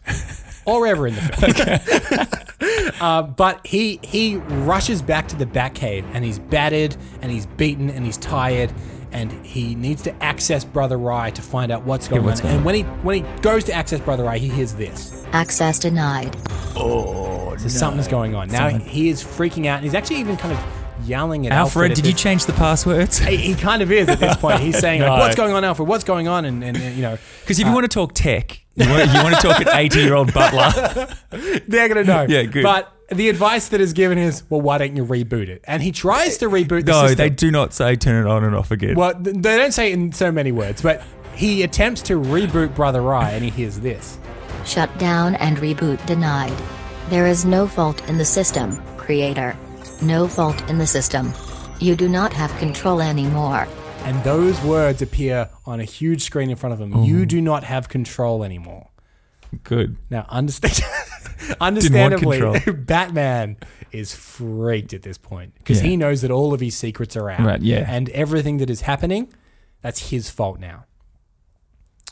or ever in the film. uh, but he he rushes back to the Batcave and he's battered and he's beaten and he's tired. And he needs to access Brother Rye to find out what's going what's on. going and when he when he goes to access Brother Rye, he hears this. Access denied. Oh, so something's going on. Now Something. he is freaking out, and he's actually even kind of yelling at Alfred, at did you this- change the passwords? he, he kind of is at this point. He's saying, No. like, "What's going on, Alfred? What's going on?" And, and, and, you know, Because if you want to talk tech, you want, you want to talk an 80 year old butler. they're gonna know. Yeah, good. But the advice that is given is, "Well, why don't you reboot it?" And he tries to reboot. The No, system. they do not say turn it on and off again. Well, th- they don't say it in so many words, but he attempts to reboot Brother Rye, and he hears this. Shut down and reboot denied. There is no fault in the system, creator. No fault in the system. You do not have control anymore. And those words appear on a huge screen in front of him. Oh. You do not have control anymore. Good. Now, understand, understandably, control. Batman is freaked at this point because Yeah. he knows that all of his secrets are out. Right, yeah. And everything that is happening, that's his fault now.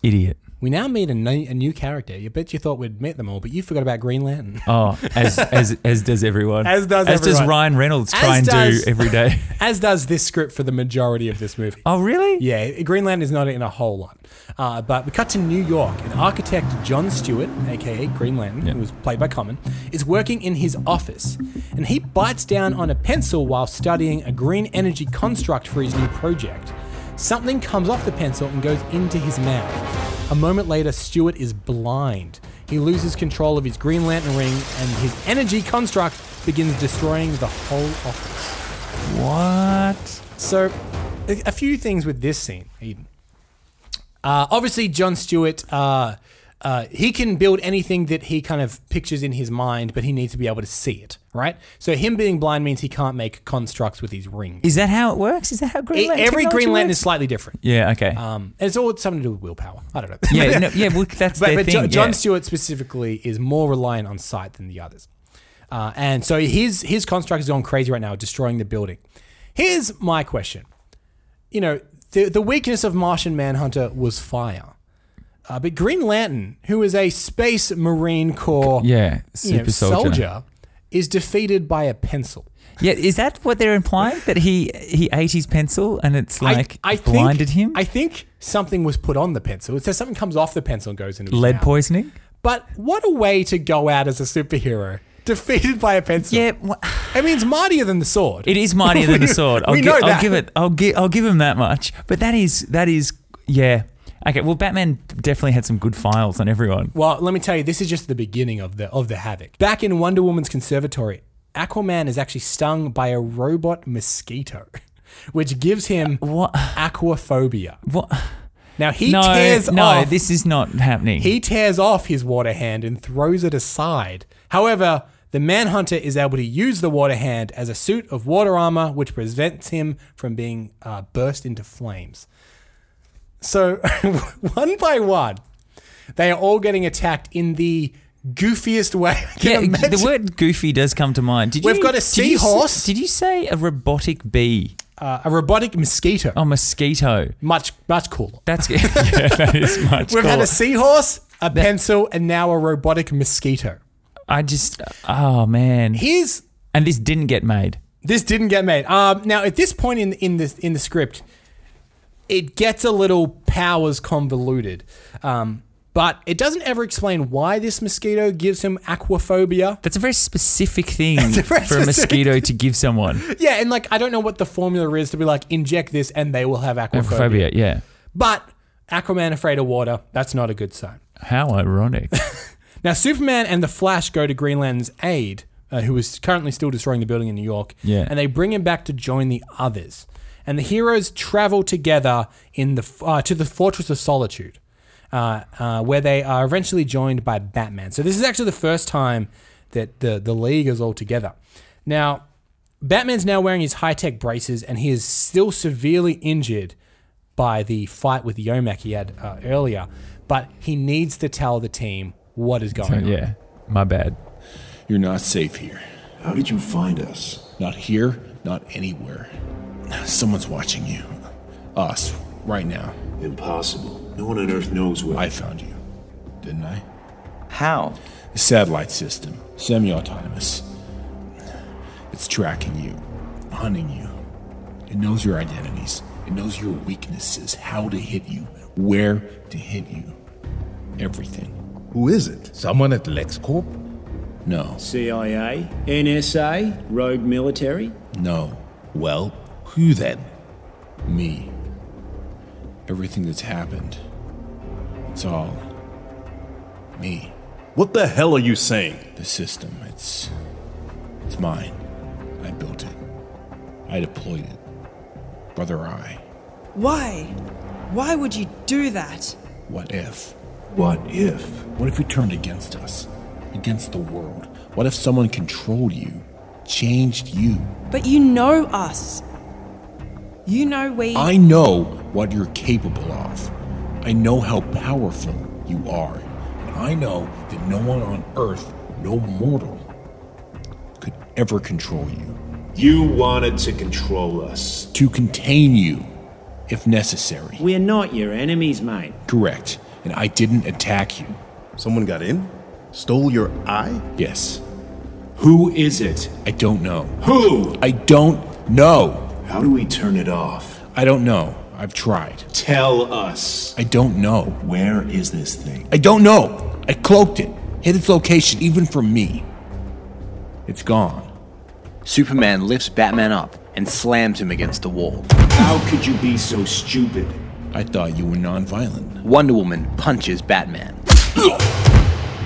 Idiot. We now meet a, ni- a new character. You bet you thought we'd met them all, but you forgot about Green Lantern. Oh, as, as, as does everyone. As does As does everyone. Ryan Reynolds As try and does- do every day. As does this script for the majority of this movie. Oh, really? Yeah, Green Lantern is not in a whole lot. Uh, but we cut to New York, and architect John Stewart, aka Green Lantern, who was played by Common, is working in his office, and he bites down on a pencil while studying a green energy construct for his new project. Something comes off the pencil and goes into his mouth. A moment later, Stewart is blind. He loses control of his Green Lantern ring, and his energy construct begins destroying the whole office. What? So, a, a few things with this scene, Eden. Uh, obviously, John Stewart, uh, uh, he can build anything that he kind of pictures in his mind, but he needs to be able to see it, right? So, him being blind means he can't make constructs with his ring. Is that how it works? Is that how Green E- Lantern Every technology Green Lantern works? is slightly different. Yeah, okay. Um, and it's all something to do with willpower. I don't know. Yeah, no, yeah, well, that's but, their but thing, Jo- John yeah. Stewart specifically is more reliant on sight than the others, uh, and so his his construct is going crazy right now, destroying the building. Here's my question: You know, the the weakness of Martian Manhunter was fire, uh, but Green Lantern, who is a space marine corps, Yeah, you know, super soldier. soldier, is defeated by a pencil. Yeah, is that what they're implying? That he he ate his pencil and it's like think- blinded him? I think something was put on the pencil. It says something comes off the pencil and goes into his Lead mouth. poisoning? But what a way to go out as a superhero. Defeated by a pencil. Yeah, I mean it's mightier than the sword. It is mightier than the sword. I'll, we gi- know I'll that. give it. I'll give. I'll give him that much. But that is that is yeah. Okay. Well, Batman definitely had some good files on everyone. Well, let me tell you, this is just the beginning of the of the havoc. Back in Wonder Woman's conservatory, Aquaman is actually stung by a robot mosquito, which gives him aquaphobia. What? Now he no, tears no, off. this is not happening. He tears off his water hand and throws it aside. However, the Manhunter is able to use the water hand as a suit of water armor, which prevents him from being uh, burst into flames. So, one by one, they are all getting attacked in the goofiest way. I can yeah, imagine. the word goofy does come to mind. Did We've you- got a did you s- seahorse. Did you say a robotic bee? Uh, a robotic mosquito. Oh, mosquito. Much, much cooler. That's yeah, that is much. We've had cooler. a seahorse, a pencil, and now a robotic mosquito. I just. Oh man. Here's. And this didn't get made. This didn't get made. Um, now at this point in in the in the script, it gets a little powers convoluted, um, but it doesn't ever explain why this mosquito gives him aquaphobia. That's a very specific thing a very for a specific- mosquito to give someone. Yeah, and like I don't know what the formula is to be like inject this and they will have aquaphobia. Phobia. Yeah. But Aquaman afraid of water. That's not a good sign. How ironic. Now Superman and the Flash go to Green Lantern's aid, uh, who is currently still destroying the building in New York. Yeah. and they bring him back to join the others. And the heroes travel together in the uh, to the Fortress of Solitude, uh, uh, where they are eventually joined by Batman. So this is actually the first time that the the League is all together. Now, Batman's now wearing his high tech braces, and he is still severely injured, by the fight with Yomak he had uh, earlier, but he needs to tell the team what is going on. yeah, my bad. You're not safe here. How did you find us? Not here, not anywhere. Someone's watching you. Us, right now. Impossible. No one on Earth knows where I found you. Didn't I? How? The satellite system, semi autonomous. It's tracking you, hunting you. It knows your identities, it knows your weaknesses, how to hit you, where to hit you. Everything. Who is it? Someone at LexCorp? No. CIA, NSA, rogue military. No. Well, who then? Me. Everything that's happened. It's all. me. What the hell are you saying? The system. It's. it's mine. I built it. I deployed it. Brother I. Why? Why would you do that? What if? What if? What if you turned against us? Against the world? What if someone controlled you? Changed you? But you know us. You know we. I know what you're capable of. I know how powerful you are. And I know that no one on Earth, no mortal, could ever control you. You wanted to control us. To contain you, if necessary. We're not your enemies, mate. Correct. And I didn't attack you. Someone got in? Stole your eye? Yes. Who is it? I don't know. Who? I don't know. How do we turn it off? I don't know. I've tried. Tell us. I don't know. Where is this thing? I don't know. I cloaked it, hid its location, even from me. It's gone. Superman lifts Batman up and slams him against the wall. How could you be so stupid? I thought you were nonviolent. Wonder Woman punches Batman.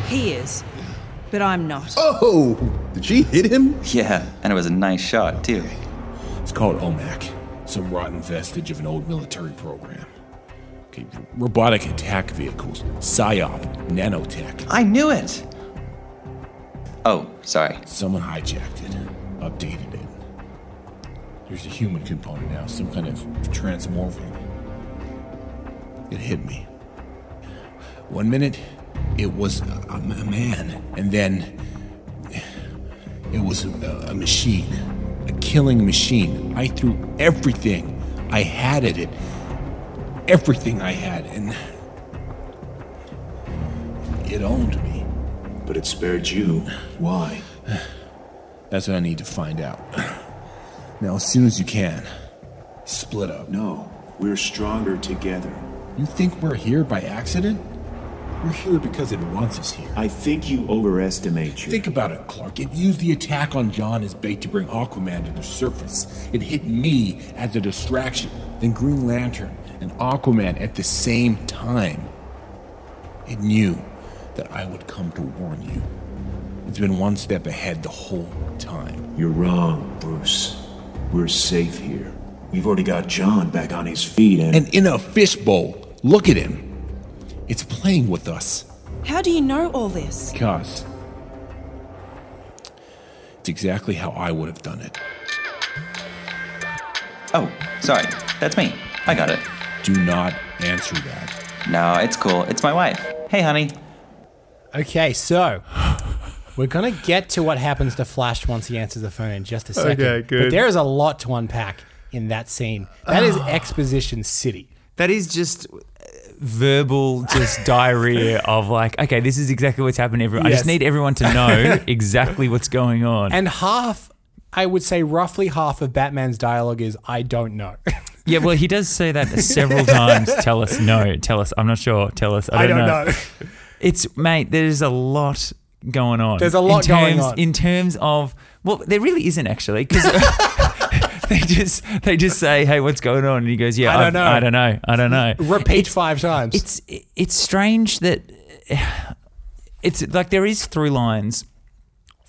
He is. But I'm not. Oh! Did she hit him? Yeah, and it was a nice shot, too. It's called OMAC, some rotten vestige of an old military program. Okay, robotic attack vehicles, PSYOP, nanotech. I knew it! Oh, sorry. Someone hijacked it, updated it. There's a human component now, some kind of transmorphing. It hit me. One minute, it was a, a a man, and then it was a, a machine, a killing machine. I threw everything I had at it, everything I had, and it owned me. But it spared you. Why? That's what I need to find out. Now, as soon as you can, split up. No, we're stronger together. You think we're here by accident? We're here because it wants us here. I think you overestimate your. Think about it, Clark. It used the attack on John as bait to bring Aquaman to the surface. It hit me as a distraction, then Green Lantern and Aquaman at the same time. It knew that I would come to warn you. It's been one step ahead the whole time. You're wrong, Bruce. We're safe here. We've already got John back on his feet and. And in a fishbowl, look at him. It's playing with us. How do you know all this? Because it's exactly how I would have done it. Oh, sorry. That's me. I got it. Do not answer that. No, it's cool. It's my wife. Hey, honey. Okay, so we're gonna get to what happens to Flash once he answers the phone in just a second. Okay, good. Ah. But there is a lot to unpack in that scene. That is exposition city. That is just uh, verbal just diarrhea of like, okay, this is exactly what's happening. Everyone, I Yes. just need everyone to know exactly what's going on. And half, I would say, roughly half of Batman's dialogue is "I don't know." yeah, well, he does say that several times. Tell us, no, tell us, I'm not sure. Tell us, I don't, know. It's mate, there's a lot going on. There's a lot in terms, going on. in terms of well, there really isn't actually because. They just they just say, "Hey, what's going on?" And he goes, "Yeah, I don't I've- know." I don't know, I don't know." Repeat five times. It's it's strange that it's like there is through lines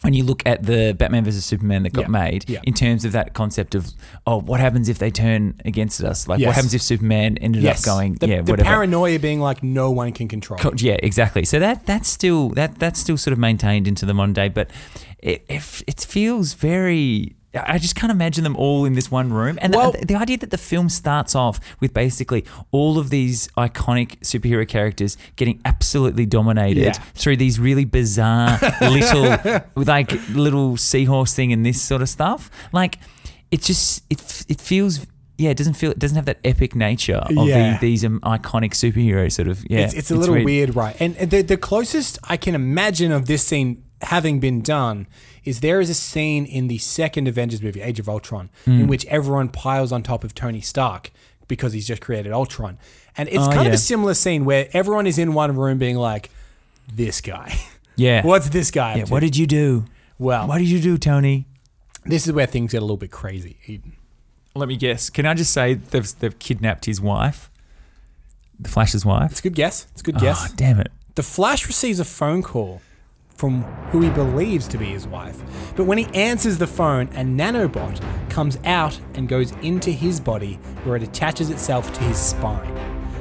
when you look at the Batman versus Superman that got Yeah, made yeah. in terms of that concept of oh, what happens if they turn against us? Like Yes. what happens if Superman ended yes, up going, the, yeah, the whatever. paranoia being like no one can control. Co- yeah, exactly. So that that's still that that's still sort of maintained into the modern day, but it it, f- it feels very I just can't imagine them all in this one room. And the- Well- the, the idea that the film starts off with basically all of these iconic superhero characters getting absolutely dominated Yeah. through these really bizarre little, with like little seahorse thing and this sort of stuff. Like, it just it f- it feels. Yeah, it doesn't feel it doesn't have that epic nature of the- Yeah. these um, iconic superhero sort of yeah. it's, it's a little weird. right? And and the, the closest I can imagine of this scene having been done is there is a scene in the second Avengers movie, Age of Ultron, Mm. in which everyone piles on top of Tony Stark because he's just created Ultron. And it's Oh, kind of yeah. a similar scene where everyone is in one room being like, this guy. Yeah. What's this guy? up Yeah, to? what did you do? Well, what did you do, Tony? This is where things get a little bit crazy. Eden. Let me guess. Can I just say they've, they've kidnapped his wife, the Flash's wife? It's a good guess. It's a good Oh, guess. damn it. The Flash receives a phone call from who he believes to be his wife. But when he answers the phone, a nanobot comes out and goes into his body where it attaches itself to his spine.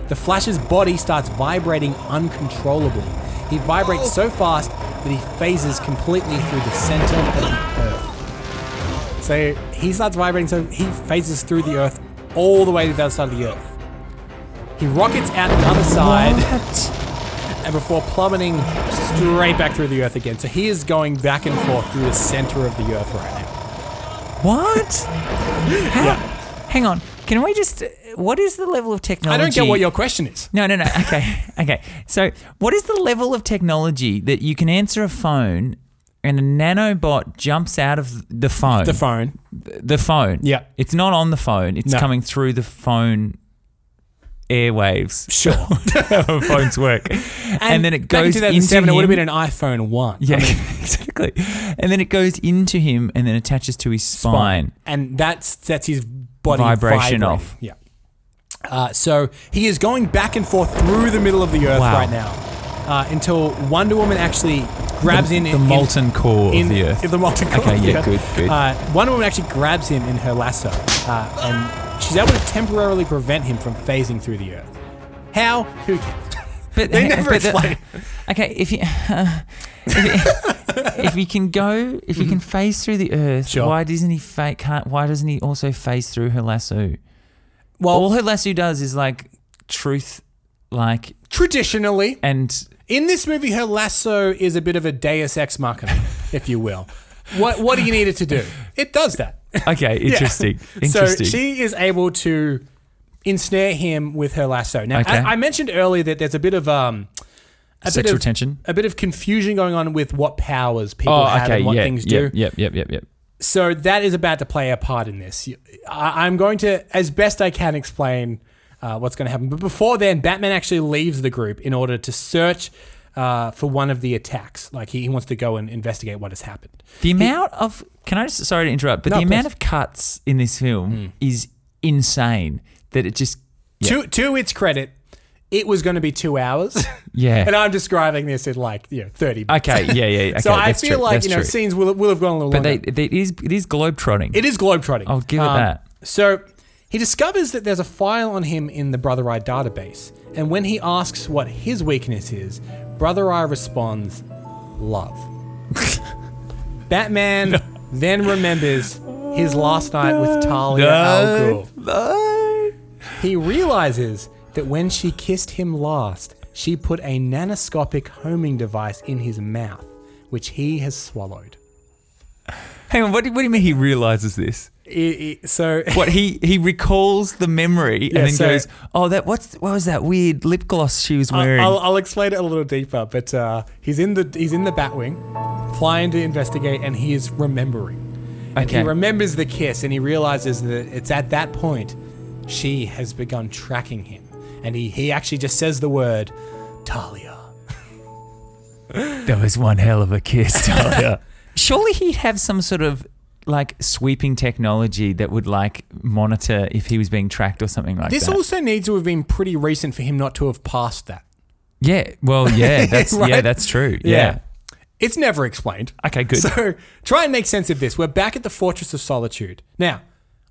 The Flash's body starts vibrating uncontrollably. He vibrates so fast that he phases completely through the center of the earth. So he starts vibrating, so he phases through the earth all the way to the other side of the earth. He rockets out the other side and before plummeting straight back through the earth again. So he is going back and forth through the center of the earth right now. What? How- Hang on. Can we just. What is the level of I technology? don't get what your question is. No, no, no. Okay. okay. So, what is the level of technology that you can answer a phone and a nanobot jumps out of the phone? The phone. The phone. Yeah. It's not on the phone, it's No. coming through the phone airwaves. Sure. How phones work. And, then it goes back in into 2007, it would have him. been an iPhone 1. Yeah, I mean, exactly. And then it goes into him and then attaches to his spine. And that sets his body Vibration vibrating. off. Yeah. Uh, so he is going back and forth through the middle of the earth Wow. right now uh, until Wonder Woman actually grabs The- in the in- molten core of the earth. The molten core. Okay, of the yeah, earth. good, good. Uh, Wonder Woman actually grabs him in her lasso, uh, and she's able to temporarily prevent him from phasing through the earth. How? Who cares? But they never but the- explain. okay, if you if, you- if you can go, if you can phase through the earth, Mm-hmm. Sure. why doesn't he fa- can't, Why doesn't he also phase through her lasso? Well- all her lasso does is like truth, like traditionally, and In this movie, her lasso is a bit of a Deus Ex Machina, if you will. What What do you need it to do? It does that. okay, Yeah. interesting, interesting. So she is able to ensnare him with her lasso. Now, Okay. I, I mentioned earlier that there's a bit of um, a bit Sexual of- tension? a bit of confusion going on with what powers people oh, have okay, and what yeah, things yep, do. yep, yep, yep, yep. So that is about to play a part in this. I, I'm going to, as best I can, explain uh, what's going to happen. But before then, Batman actually leaves the group in order to search uh, for one of the attacks. Like he, he wants to go and investigate what has happened. The amount of can I just sorry to interrupt, but No, the amount please. Hmm. of cuts in this film is insane. That it just yeah. To to its credit, it was going to be two hours. Yeah. and I'm describing this in like you know 30. Minutes. Okay, yeah, yeah, okay, so I that's feel true, like that's you know true. scenes will will have gone a little but longer. they, they, it is it is globetrotting. It is globetrotting. Um, I'll give it that. So he discovers that there's a file on him in the Brother Eye database, and when he asks what his weakness is, Brother Eye responds, "Love." Batman then remembers his last night with Talia Al Ghul. He realizes that when she kissed him last, she put a nanoscopic homing device in his mouth, which he has swallowed. Hang on, what do, what do you mean he realizes this? I- I- so What he he recalls the memory Yeah, and then so- goes, "Oh, that what's what was that weird lip gloss she was wearing?" I'll, I'll explain it a little deeper, but uh, he's in the he's in the Batwing, flying to investigate, and he is remembering. And he Okay. remembers the kiss, and he realizes that it's at that point she has begun tracking him, and he he actually just says the word Talia. That was one hell of a kiss, Oh, Talia. Surely he'd have some sort of like sweeping technology that would like monitor if he was being tracked or something like this that. also needs to have been pretty recent for him not to have passed that. yeah, well, yeah, that's yeah, Right? that's true. Yeah. It's never explained. Okay, good. So try and make sense of this. We're back at the Fortress of Solitude. Now,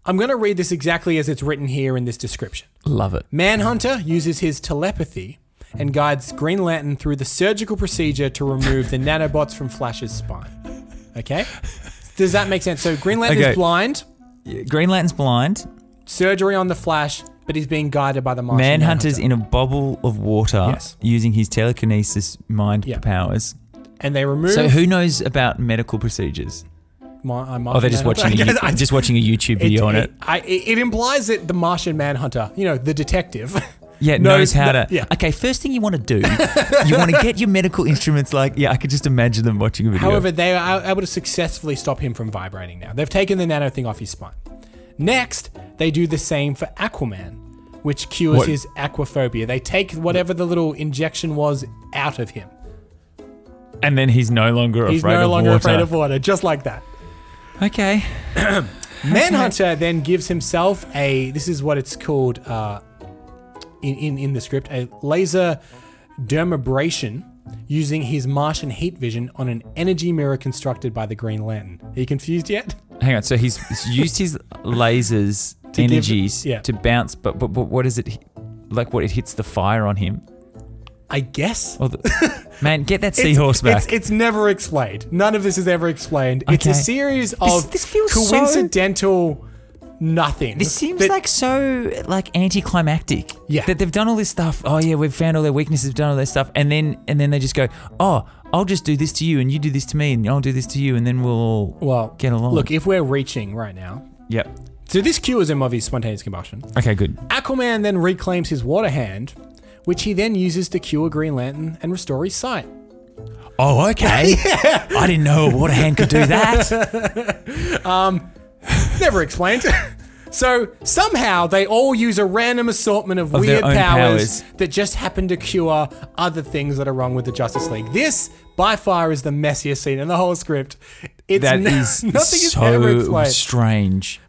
I'm going to read this exactly as it's written here in this description. Love it. Manhunter uses his telepathy and guides Green Lantern through the surgical procedure to remove the nanobots from Flash's spine. Okay? Does that make sense? So Green Lantern's Okay. blind. Green Lantern's blind. Surgery on the Flash, but he's being guided by the Martian. Manhunter's in a bubble of water Yes. using his telekinesis mind Yeah. powers. And they remove. So who knows about medical procedures? My, I'm Oh, they're just watching a, you- I- just watching a YouTube video on it. I, it it implies that the Martian Manhunter, you know, the detective. Yeah, knows, how that- to. Okay, first thing you want to do, you want to get your medical instruments. Like, yeah, I could just imagine them watching a video. However, they are able to successfully stop him from vibrating now. They've taken the nano thing off his spine. Next, they do the same for Aquaman, which cures What- his aquaphobia. They take whatever the little injection was out of him. and then he's no longer He's afraid no of longer water. afraid of water, just like that. Okay. Manhunter then gives himself a. This is what it's called uh, in, in in the script a laser dermabrasion using his Martian heat vision on an energy mirror constructed by the Green Lantern. Are you confused yet? Hang on. So he's, he's used his lasers To give- energies yeah. to bounce, but, but but what is it? Like what it hits the fire on him? I guess. Or the, man, get that It's- seahorse back. It's, it's never explained. None of this is ever explained. It's a Okay. series This- of this feels so- coincidental nothing. This seems that- like so like anticlimactic. Yeah. That they've done all this stuff. Oh yeah, we've found all their weaknesses, we've done all their stuff, and then and then they just go, oh, I'll just do this to you, and you do this to me, and I'll do this to you, and then we'll all well get along. Look, if we're reaching right now, Yep. so this cures him of his spontaneous combustion. Okay. Good. Aquaman then reclaims his water hand, which he then uses to cure Green Lantern and restore his sight. Oh, okay. I didn't know a water hand could do that. um, never explained. so somehow they all use a random assortment of, Of their weird own powers, powers. that just happen to cure other things that are wrong with the Justice League. This, by far, is the messiest scene in the whole script. It's That n- is nothing is ever so explained. strange.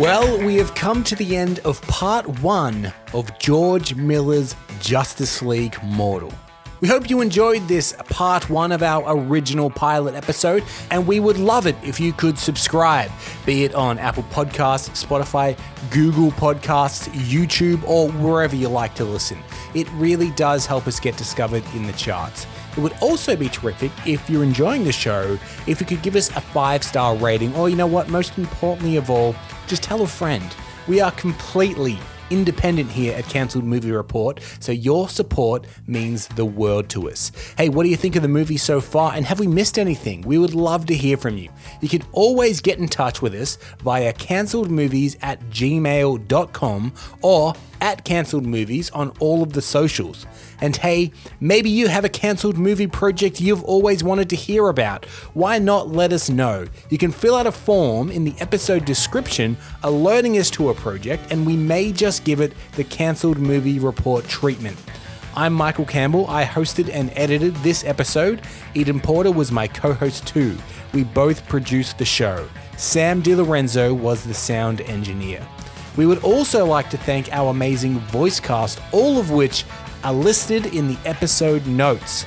Well, we have come to the end of part one of George Miller's Justice League Mortal. We hope you enjoyed this part one of our original pilot episode, and we would love it if you could subscribe, be it on Apple Podcasts, Spotify, Google Podcasts, YouTube, or wherever you like to listen. It really does help us get discovered in the charts. It would also be terrific if you're enjoying the show if you could give us a five star rating, or you know what, most importantly of all, just tell a friend. We are completely independent here at Cancelled Movie Report, so your support means the world to us. Hey, what do you think of the movie so far, and have we missed anything? We would love to hear from you. You can always get in touch with us via cancelledmovies at gmail.com or at cancelled movies on all of the socials. And hey, maybe you have a cancelled movie project you've always wanted to hear about. Why not let us know? You can fill out a form in the episode description alerting us to a project, and we may just give it the cancelled movie report treatment. I'm Michael Campbell. I hosted and edited this episode. Eden Porter was my co host too. We both produced the show. Sam DiLorenzo was the sound engineer. We would also like to thank our amazing voice cast, all of which are listed in the episode notes.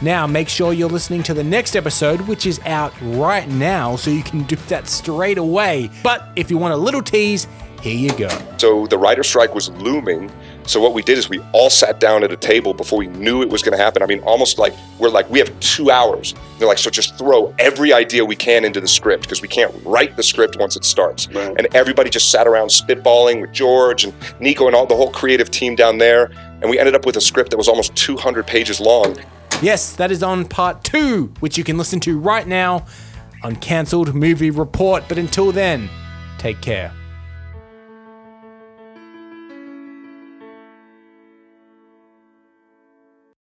Now, make sure you're listening to the next episode, which is out right now, so you can do that straight away. But if you want a little tease, here you go. So the writer strike was looming. So what we did is we all sat down at a table before we knew it was going to happen. I mean, almost like we're like we have two hours. And they're like, so just throw every idea we can into the script because we can't write the script once it starts. And everybody just sat around spitballing with George and Nico and all the whole creative team down there. And we ended up with a script that was almost 200 pages long. Yes, that is on part two, which you can listen to right now on Cancelled Movie Report. But until then, take care.